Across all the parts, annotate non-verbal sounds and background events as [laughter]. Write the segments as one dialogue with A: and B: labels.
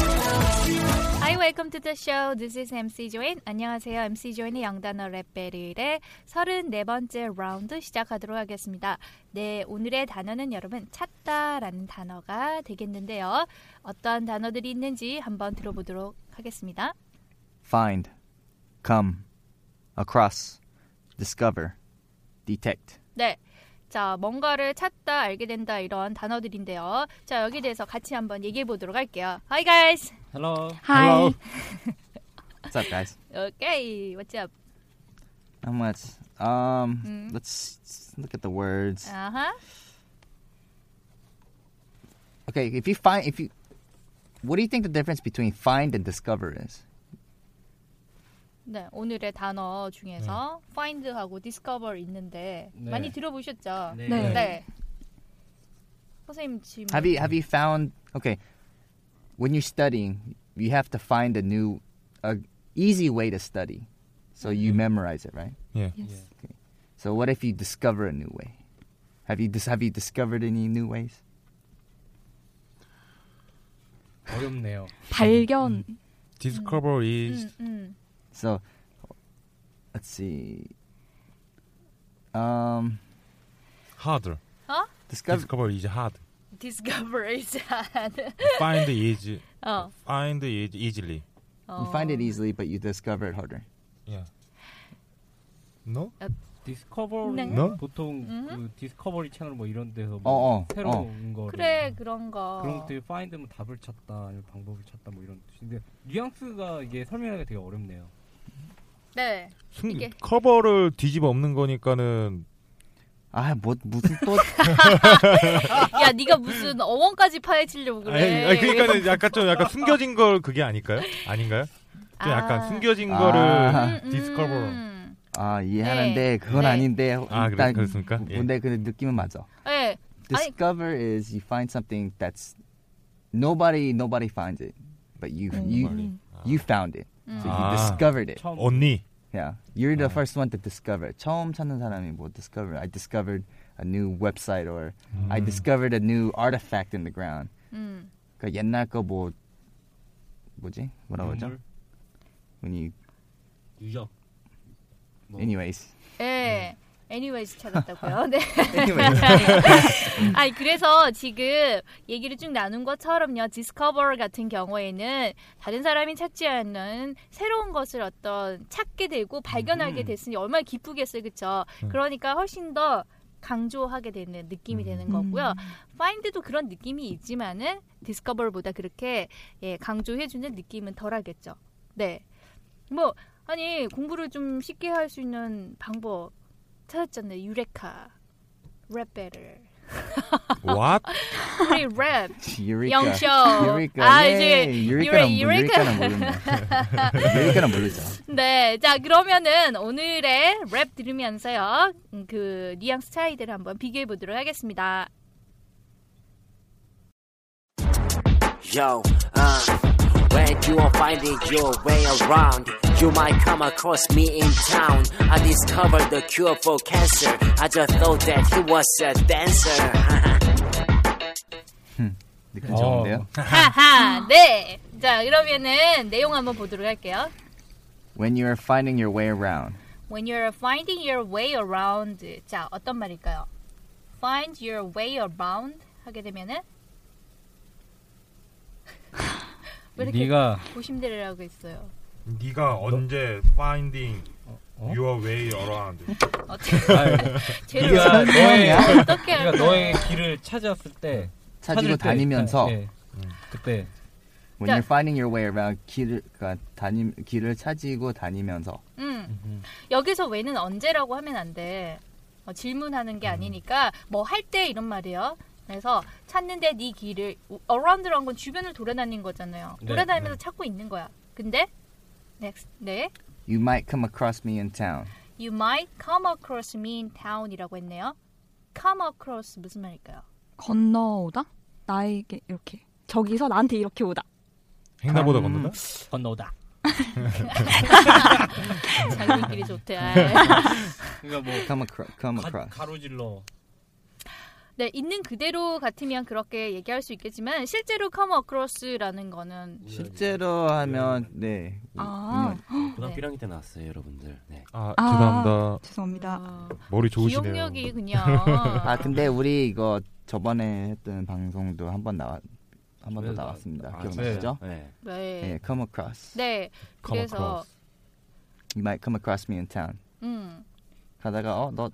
A: Hi, welcome to the show. This is MC Join. 안녕하세요. MC Join의 영단어 랩 배틀의 34번째 라운드 시작하도록 하겠습니다. 네, 오늘의 단어는 여러분 찾다라는 단어가 되겠는데요. 어떤 단어들이 있는지 한번 들어보도록 하겠습니다.
B: find, come, across, discover, detect.
A: 네. 자, 뭔가를 찾다, 알게 된다 이런 단어들인데요. 자, 여기 대해서 같이 한번 얘기해 보도록 할게요. Hi guys.
C: Hello.
A: Hi.
B: What's up, guys? [laughs]
A: Okay. What's up?
B: How much? Um,
A: Mm.
B: let's s- look at the words.
A: 아하.
B: Okay, if you find, if you, what do you think the difference between find and discover is?
A: 네, 오늘의 단어 중에서
D: 네.
A: find하고 discover 있는데
C: 네.
A: 많이 들어보셨죠?
C: 네.
E: 네.
A: 선생님 지금
B: Have you have you found? Okay, when you're studying, you have to find a new, a easy way to study, so you memorize it, right?
C: Yeah.
B: So what if you discover a new way? Have you dis- have you discovered any new ways?
C: 어렵네요.
F: 발견
C: Discover is
A: 음, 음.
B: So let's see. Um,
D: hard.
A: 어?
B: discover.
D: Discover is hard.
A: discover is hard.
D: Find is
A: [laughs] 어.
D: find is easily.
A: 어.
B: You find
D: Oh.
B: it easily, but you discover it harder.
D: Yeah. No?
F: 디스커버리
A: 네.
D: 너?
F: 보통
A: 음.
F: 그 디스커버리 채널 뭐 이런 데서
B: 어,
F: 뭐
B: 어,
F: 새로운 거를
A: 그래 그런 거.
F: 그런 것들 파인드면 답을 찾다 아니면 방법을 찾다 뭐 이런 뜻인데 뉘앙스가 이게 설명하기가 되게 어렵네요.
A: 네.
D: 숨,
A: 이게-
D: 커버를 뒤집어 엎는 거니까는
B: 아, Ah, 뭐 무슨
D: [laughs]
B: 또
A: 야, 네가 무슨 어원까지 파헤치려고 그래.
D: 아니, 아니, 그러니까는 약간 좀 약간 숨겨진 걸 그게 아닐까요? 아닌가요? 좀 약간 숨겨진 거를
A: 음, 음.
D: 디스커버.
B: 아, 이해하는데 그건
A: 네.
B: 아닌데
D: 아, 그래,
B: 일단
D: 그렇습니까? 예.
B: 근데 그 느낌은 맞아.
A: 네. 아니-
B: Discover is you find something that's nobody nobody finds it, but you you
D: 머리. 아.
B: you found it. So you
D: 아.
B: discovered it.
F: 처음
D: 언니.
B: Yeah, you're the
F: Uh-huh.
D: 아.
B: first one to discover. it. 처음 찾는 사람이 뭐 discover. I discovered a new website or I
F: Mm.
D: 음.
B: discovered a new artifact in the ground.
A: 음.
B: 그 옛날 거 뭐 뭐지?
F: 음.
B: 뭐라고 하죠? When you
F: 유적
B: anyways. [laughs]
A: 네. anyways
D: [laughs]
A: 찾았다고요. 네.
B: anyways.
A: [laughs] 아니 그래서 지금 얘기를 쭉 나눈 것처럼요 디스커버 같은 경우에는 다른 사람이 찾지 않는 새로운 것을 어떤 찾게 되고 발견하게
F: 음.
A: 됐으니 얼마나 기쁘겠어요 그쵸
D: 음.
A: 그러니까 훨씬 더 강조하게 되는 느낌이
D: 음.
A: 되는 거고요 파인드도 그런 느낌이 있지만은 디스커버보다 그렇게 예, 강조해주는 느낌은 덜하겠죠 네뭐 아니 공부를 좀 쉽게 할 수 있는 방법 찾았잖아요 유레카 랩 배를
D: What?
B: [laughs]
A: 우리 랩
B: 유레카.
A: 영쇼.
B: 유레카.
A: 아,
B: 예,
A: 이제
B: 유레카는
A: 유레- [laughs]
B: 유레카는 모르네. 유레카는 모르죠.
A: 네, 자 그러면은 오늘의 랩 들으면서요 음, 그 뉘앙스 차이들을 한번 비교해 보도록
B: [laughs]
A: 하겠습니다.
G: Yo, uh, when you are finding your way around, you might come across me in town. I discovered the cure for cancer. I just thought that he was a dancer. [laughs]
B: 느낌 좋은데요?
A: 하하, 네. 자 그러면은 내용 한번 보도록 할게요.
B: When you are finding your way around.
A: When you're finding your way around, 자 어떤 말일까요? Find your way around 하게 되면은 왜 이렇게
F: 네가
A: 고심대를 하고 있어요?
D: 네가 언제 finding
F: 어?
D: your way around?
A: 어떻게
F: 아유,
A: 죄를
F: 네가 너의
A: 어떻게
F: 네가
A: 할
F: 너의
A: 거예요?
F: 길을 찾았을 때
B: 찾으러
F: 찾을 때,
B: 다니면서
F: 예, 그때
B: when you're finding your way around 길을 그러니까 다니 길을 찾고 다니면서
A: 음. 여기서 왜는 언제라고 하면 안 돼. 어, 질문하는
F: 음.
A: 게 아니니까 뭐 할 때 이런 말이에요. 그래서 찾는데 네 길을 around라는 건 주변을 돌아다닌 거잖아요.
F: 네,
A: 돌아다니면서 찾고 있는 거야. 근데 next 네
B: you might come across me in town.
A: you might come across me in town이라고 했네요. come across 무슨 말일까요?
H: 건너오다? 나에게 이렇게 저기서 나한테 이렇게 오다.
D: 행나보다
B: 음.
D: 건너다?
F: 건너다.
A: 장군끼리
F: [laughs]
A: 좋대. 아.
F: 그러니까 뭐
B: 네, Come across, come
F: 가,
B: across.
F: 가로질러
A: 네, 있는 그대로 같으면 그렇게 얘기할 수 있겠지만 실제로 come across라는 거는
B: 실제로 하면 네.
H: 아,
A: 네.
I: 고등학교 1학년 때 나왔어요, 여러분들. 네.
D: 아
H: 아.
D: 죄송합니다.
H: 죄송합니다.
A: 어,
D: 머리 좋으시네요.
A: 기억력이
D: [laughs]
A: 그냥
B: 아 근데 우리 이거 저번에 했던 방송도 한 번 나왔 한 번 더
I: 네, 나-
B: 나왔습니다.
I: 아,
B: 기억나시죠?
I: 진짜요? 네.
A: 네.
B: 네, come across.
A: 네,
D: 예. Come
A: 그래서
D: across.
B: You might come across me in town.
A: 음,
B: 가다가 어 너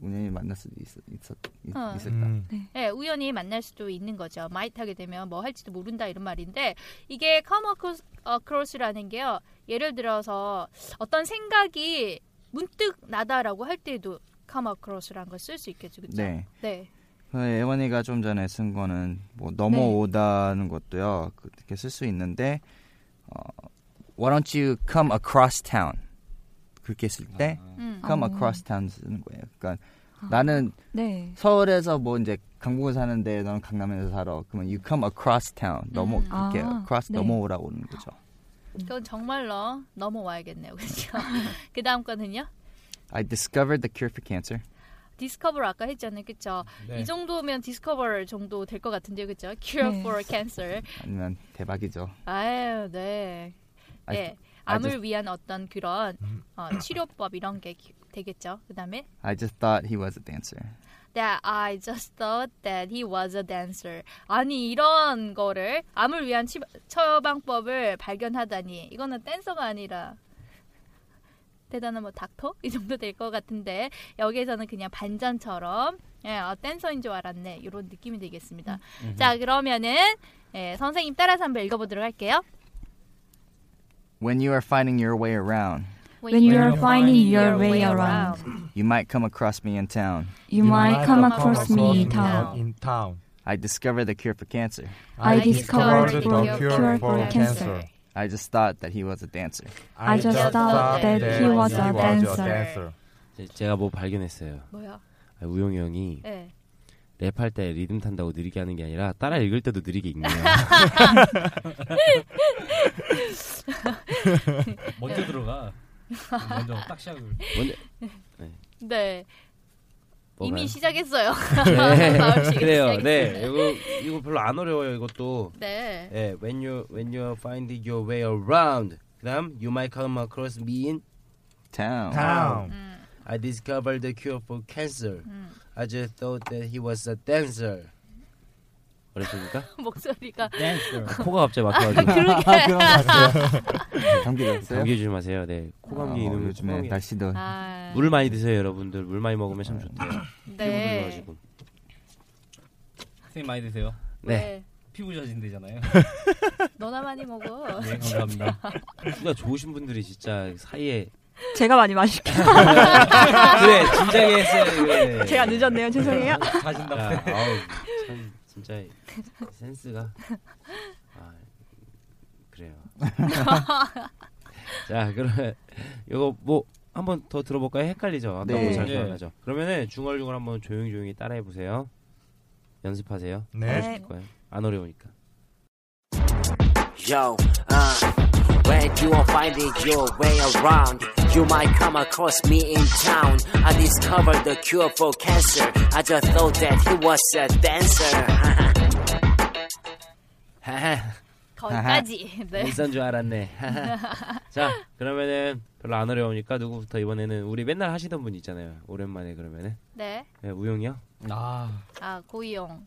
B: 우연히 만날 수도 있, 있었 있,
A: 어.
B: 있을까?
D: 음.
A: 예, 우연히 만날 수도 있는 거죠. might 하게 되면 뭐 할지도 모른다 이런 말인데 이게 come across, across라는 게요. 예를 들어서 어떤 생각이 문득 나다라고 할 때도 come across라는 걸 쓸 수 있겠죠, 그렇죠?
B: 네.
A: 네.
B: 그 예원이가 좀 전에 쓴 거는 뭐 넘어오다는 것도요 그렇게 쓸 수 있는데 어, Why don't you come across town? 그렇게 쓸 때
A: 음.
B: come
H: 아.
B: across town 쓰는 거예요. 그러니까 나는
H: 네.
B: 서울에서 뭐 이제 강북에 사는데 넌 강남에서 살아. 그러면 you come across town 넘어
A: 음.
B: 그렇게
H: 아,
B: across
H: 네.
B: 넘어오라고 오는 거죠.
A: 그건 정말로 넘어와야겠네요, [laughs] 그렇죠? 그 다음 거는요.
B: I discovered the cure for cancer.
A: 디스커버 아까 했잖아요, 그렇죠?
F: 네.
A: 이 정도면 디스커버 정도 될 것 같은데요, 그렇죠? Cure
H: 네.
A: for cancer.
B: 아니면 대박이죠.
A: 아유, 네.
B: I-
A: 예.
B: I
A: 암을
B: just-
A: 위한 어떤 그런 어, 치료법 이런 게 기- 되겠죠. 그다음에
B: I just thought he was a dancer.
A: that I just thought that he was a dancer. 아니 이런 거를 암을 위한 치, 처방법을 발견하다니 이거는 댄서가 아니라 대단한 뭐 닥터 이 정도 될 것 같은데 여기에서는 그냥 반전처럼 예, 아, 댄서인 줄 알았네 이런 느낌이 되겠습니다. 자 그러면은 예, 선생님 따라서 한번 읽어보도록 할게요.
B: When you are finding your way around,
H: When you are finding your way around,
B: you might come across me in town.
H: you might come across me in
A: town.
H: town.
D: In town.
B: I discovered the cure for cancer.
H: I discovered
D: discovered
H: the cure for cancer.
B: I just thought that he was a dancer.
H: I just thought that he was a dancer.
I: 제- 제가 뭐 발견했어요.
A: 뭐야?
I: 아, 우용이 형이
A: 예.
I: 랩할 때 리듬 탄다고 느리게 하는 게 아니라 따라 읽을 때도 느리게 읽네요.
F: [laughs] 먼저 들어가 먼저 딱 시작을
I: 먼저-
A: 네.
I: 뭐가요?
A: 이미
I: [laughs]
A: 시작했어요. [laughs] 마을
I: 네.
A: 시작
I: [laughs] 그래요.
A: 시작했어요.
I: 네. 이거 이거 별로 안 어려워요. 이것도.
A: 네. [laughs]
I: 예, when you when you find your way around. 그다음 you might come across me in
B: Town.
D: Town.
A: 음,
I: I discovered the cure for cancer.
A: 음.
I: I just thought that he was a dancer. 어렵습니까?
H: 아,
A: 목소리가
F: 댄서
I: 코가 갑자기 막혀가지고
A: 그러게. [laughs]
B: 감기 났어요?
I: 감기 조심하세요. 네, 코 감기
B: 아,
I: 이놈
B: 요즘에 날씨도
A: 아,
I: 네. 물 많이 드세요, 여러분들. 물 많이 먹으면 참 좋대요. 피부
A: 네.
I: 좋아지고.
F: 선생님 많이 드세요
I: 네.
F: 피부
I: [laughs]
F: 저진되잖아요
A: 너나 많이 먹어.
F: 네 감사합니다
I: 피부가 좋으신 분들이 진짜 사이에
H: 제가 많이 마실게요.
I: 그래 진작에 했어요. 그래.
H: 아. 제가 늦었네요. 죄송해요.
I: 아,
F: 자신답게
I: 아우, [laughs] 참 진짜 센스가 아,
H: [laughs]
I: 그래요. 자, 그러면 이거 뭐 한번 더 들어볼까요? 헷갈리죠. 아까
B: 네.
I: 뭐잘
F: 네.
I: 기억나죠. 그러면은 중얼중얼 한번 조용히 조용히 따라해 보세요. 연습하세요.
D: 네.
I: 하실 거예요. 안 어려우니까.
G: Yo, uh, when you are finding your way around, you might come across me in town. I discovered the cure for cancer. I just thought that he was a dancer.
A: [laughs] 거기까지. 네.
I: 인싸인 줄 알았네. 자, 그러면은 별로 안 어려우니까 누구부터 이번에는 우리 맨날 하시던 분 있잖아요. 오랜만에 그러면은.
A: 네.
I: 네, 우영이요?
F: 아.
A: 아 고이용.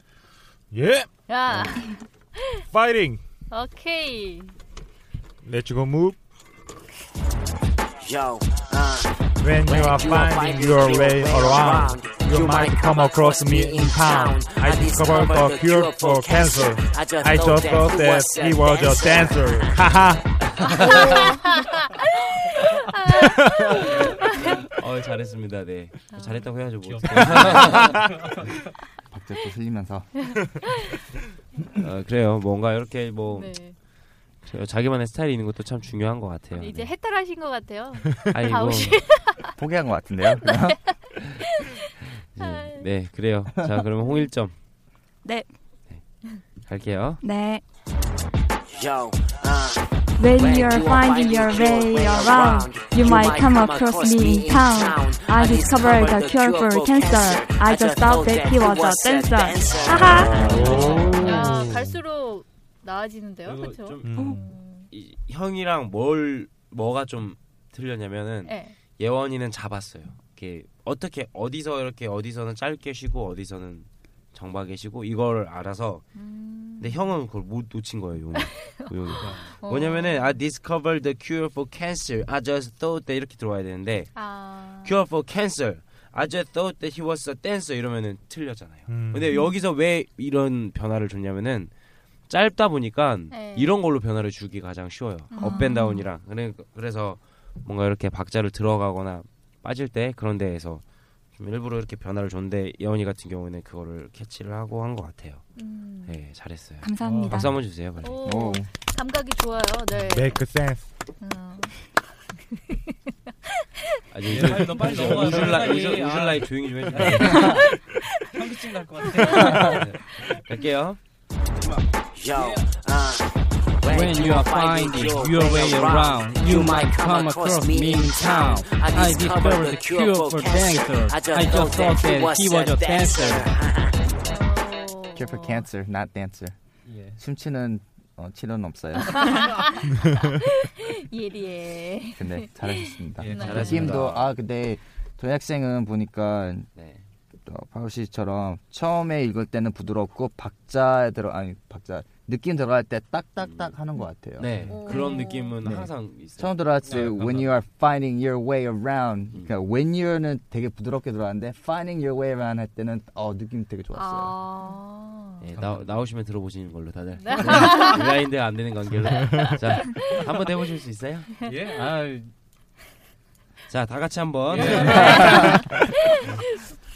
D: 예.
A: 야.
I: 네.
D: 파이팅.
A: 오케이.
D: 렛츠고 move.
G: [laughs] Yo, uh,
D: When you are finding your way around, you might come across me in town. I discovered the cure for cancer. I just thought that he was a dancer. 하하.
I: 어, 잘했습니다. 네. 어, 잘했다고 해야죠, 뭐.
B: 박자도 흘리면서.
I: 어, 그래요. 뭔가 이렇게 뭐
A: 네.
I: 저- 자기만의 스타일이 있는 것도 참 중요한 것 같아요.
A: 이제 해탈하신 것 같아요.
I: 아니,
A: 다
I: 뭐.
A: 오시-
B: 포기한
A: [laughs]
B: 것 같은데요. 그냥?
I: 네, 네, 그래요. 자, 그러면 홍일점
H: 네.
I: 갈게요.
H: 네.
G: Yo, uh,
H: When you're finding your way around, you might come across me in town. I discovered the cure for cancer. I just thought that he was a dancer. Uh-huh. 아하.
I: 네.
A: 야 갈수록 나아지는데요, 그렇죠?
D: Mm.
I: 이, 형이랑 뭘 뭐가 좀 틀렸냐면은
A: 네.
I: 예원이는 잡았어요. 이렇게 어떻게 어디서 이렇게 어디서는 짧게 쉬고 어디서는 정박에 쉬고 이걸 알아서 근데 형은 그걸 못 놓친
A: [laughs]
I: 거예요. 용이. 용이.
A: 음. 어.
I: 뭐냐면은 I discovered the cure for cancer. I just thought that 이렇게 들어와야 되는데
A: 아.
I: cure for cancer. I just thought that he was a dancer 이러면은 틀렸잖아요.
D: 음.
I: 근데 여기서 왜 이런 변화를 줬냐면은 짧다 보니까
D: 네.
I: 이런 걸로 변화를 주기 가장 쉬워요.
H: 음.
I: 업앤다운이랑 그래- 그래서 뭔가 이렇게 박자를 들어가거나 빠질 때 그런 데에서 좀 일부러 이렇게 변화를 줬는데 예원이 같은 경우에는 그거를 캐치를 하고 한 것 같아요.
A: 음.
I: 네, 잘했어요.
H: 감사합니다.
I: 박수 한번 주세요, 빨리.
A: 오, 감각이 좋아요. 네. 음.
D: Make sense.
I: 아주
D: 예,
I: 우줄-
D: 빨리 넘- 빨리
I: 우줄-
D: 넘어가요,
I: 우줄라-
D: 빨리.
I: 우줄-
D: 아.
I: 우줄라이 조용히 좀 해주세요. [laughs]
F: 현기증 날 것 같아.
I: 네. 갈게요.
G: yo, uh,
I: When you are finding your way around, you might come across me in town.
G: I discovered the cure for cancer. I just thought that he was a dancer.
B: Cure for cancer, not dancer.
I: 예.
B: 숨치는 어, 치료는 없어요.
A: 예리해.
B: 근데 잘하셨습니다.
A: 예,
B: 그
A: 잘하셨습니다.
B: 팀도 아 근데 도약생은 보니까
A: 네.
B: 어, 바울 씨처럼 처음에 읽을 때는 부드럽고 박자 들어 아니 박자 느낌 들어갈 때
A: 음.
B: 딱딱딱 하는 것 같아요.
I: 네, 그런 느낌은 항상 있어요. 네,
B: 처음 들어왔을 때 When you are finding your way around
I: 음.
B: 그러니까 When you're는 되게 부드럽게 들어왔는데 Finding your way around 할 때는 어 느낌 되게 좋았어요.
A: 아,
I: 예, 나, 나오시면 들어보시는 걸로 다들 네, 블라인드 안 되는 관계로
A: 네.
I: 자 한번 해보실 수 있어요?
F: 예.
I: 아, 자다 같이 한번
F: 예.
I: [laughs]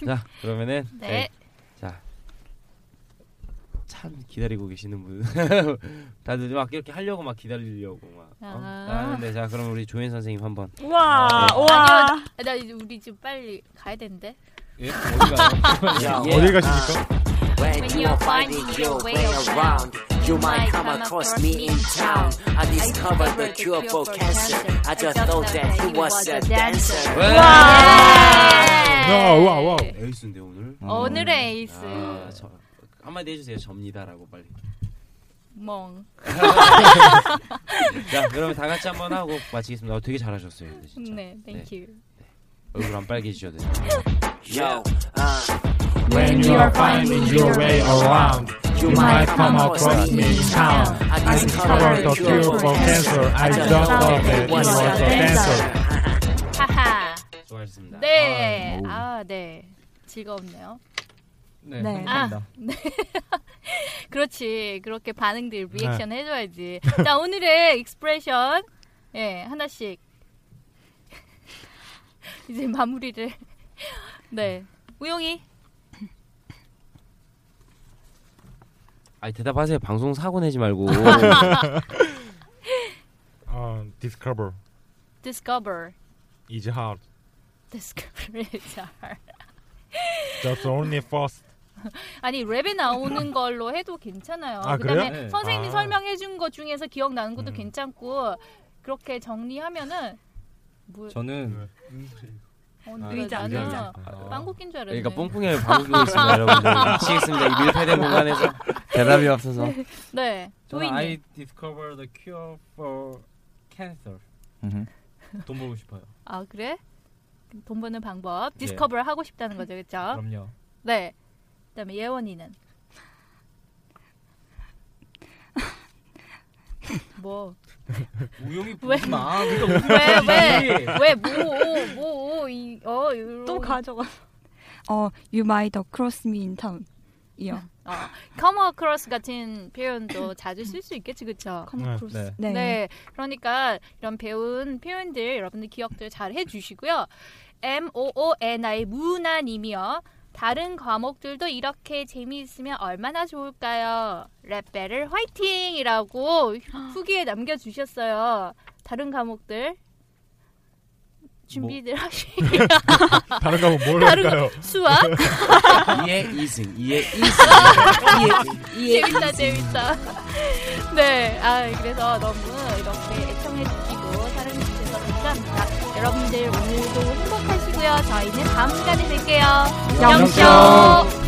I: 자 그러면은
A: 네.
I: 자 참 기다리고 계시는 분 [laughs] 다들 막 이렇게 하려고 막 기다리려고 막 어?
A: 아.
I: 하는데 자 그럼 우리 조인 선생님 한번
A: 와,
I: 네.
A: 와. 나 이제 우리 집 빨리 가야 되는데.
I: 예? 어디 [laughs] 가요?
G: Yeah.
I: 어디 가십니까?
G: When you're finding your way around, you might come across me in town. I discovered the cure for cancer. I just thought that he was a dancer.
A: 아,
D: 와와 와.
I: 에이스인데 오늘
A: 네. 음. 오늘의 에이스.
I: 아, 저, 한마디 해주세요 접니다라고 빨리
A: 멍.
I: 자, 그러면 다 같이 한번 하고 마치겠습니다. 어, 되게 잘하셨어요. 근데 진짜.
A: 네, thank you.
I: 얼굴 안
A: [laughs]
I: 빨개지셔도 돼요.
G: Yo, uh,
D: When you are finding your way around, you might come across me in town.
A: 아.
D: I discovered the cure for cancer. I just thought that it was a dancer.
A: 하하.
I: 수고하셨습니다.
A: 네. 아, 네. 즐거웠네요.
F: 네.
H: 네.
A: 아, 네. 그렇지. 그렇게 반응들 리액션 해줘야지. 자, 오늘의 익스프레션 예 하나씩 [laughs] 이제 마무리를 [laughs] 네 우영이
I: 아니 대답하세요. 방송 사고 내지 말고.
D: 어, Um, discover
A: discover
D: is hard.
A: discover [laughs] 잘
D: Just only first.
A: 아니 랩에 나오는 걸로 해도 괜찮아요.
D: 아,
A: 그다음에
D: 그래요? 네.
A: 선생님이
D: 아.
A: 설명해준 것 중에서 기억나는 것도 괜찮고 그렇게 정리하면은
F: [laughs]
A: 뭐
I: 네.
F: 저는
A: 어,
F: 아, 어,
A: 네,
F: 의자,
A: 나는
F: 의자.
A: 빵구 낀줄 알았네.
I: 그러니까 뽕뽕이 방송 있습니다, 여러분들. 미치겠습니다. 이 밀폐된 공간에서 [laughs]
B: 대답이 없어서.
A: 네.
F: 저는
A: 조이님.
F: I discovered the cure for cancer.
B: 음흠.
F: 돈 벌고 싶어요.
A: 아 그래? 돈 버는 방법
F: 예.
A: 디스커버를 하고 싶다는 거죠, 그렇죠?
F: 그럼요.
A: 네. 그다음에 예원이는 뭐?
F: 우영이
A: 왜?
F: 보지 마. 그러니까
A: 뭐, 왜왜왜뭐뭐이어또 가져가.
H: 어, you might cross me in town. 이요.
A: 어, come across 같은 표현도 자주 쓸 수 있겠지, 그렇죠?
H: Come 네. across.
A: 네.
H: 네.
A: 그러니까 이런 배운 표현들 여러분들 기억들 잘 해주시고요. M O O N I 무난이며 다른 과목들도 이렇게 재미있으면 얼마나 좋을까요? 랩벨을 화이팅이라고 후기에 남겨주셨어요. 다른 과목들 준비들 하시고요. [laughs]
D: [laughs] 다른 과목 뭘
A: 다른
D: 할까요?
A: 과- 수학?
I: 이해 이승 이해
A: 아,
I: 이승 이해 이해
A: 재밌다 재밌다 [laughs] 네 아 그래서 너무 이렇게 애청해 주시고 사랑해 주셔서 감사합니다 여러분들 오늘도 행복하시고요 저희는 다음 시간에 뵐게요
H: 영쇼.
A: 영쇼.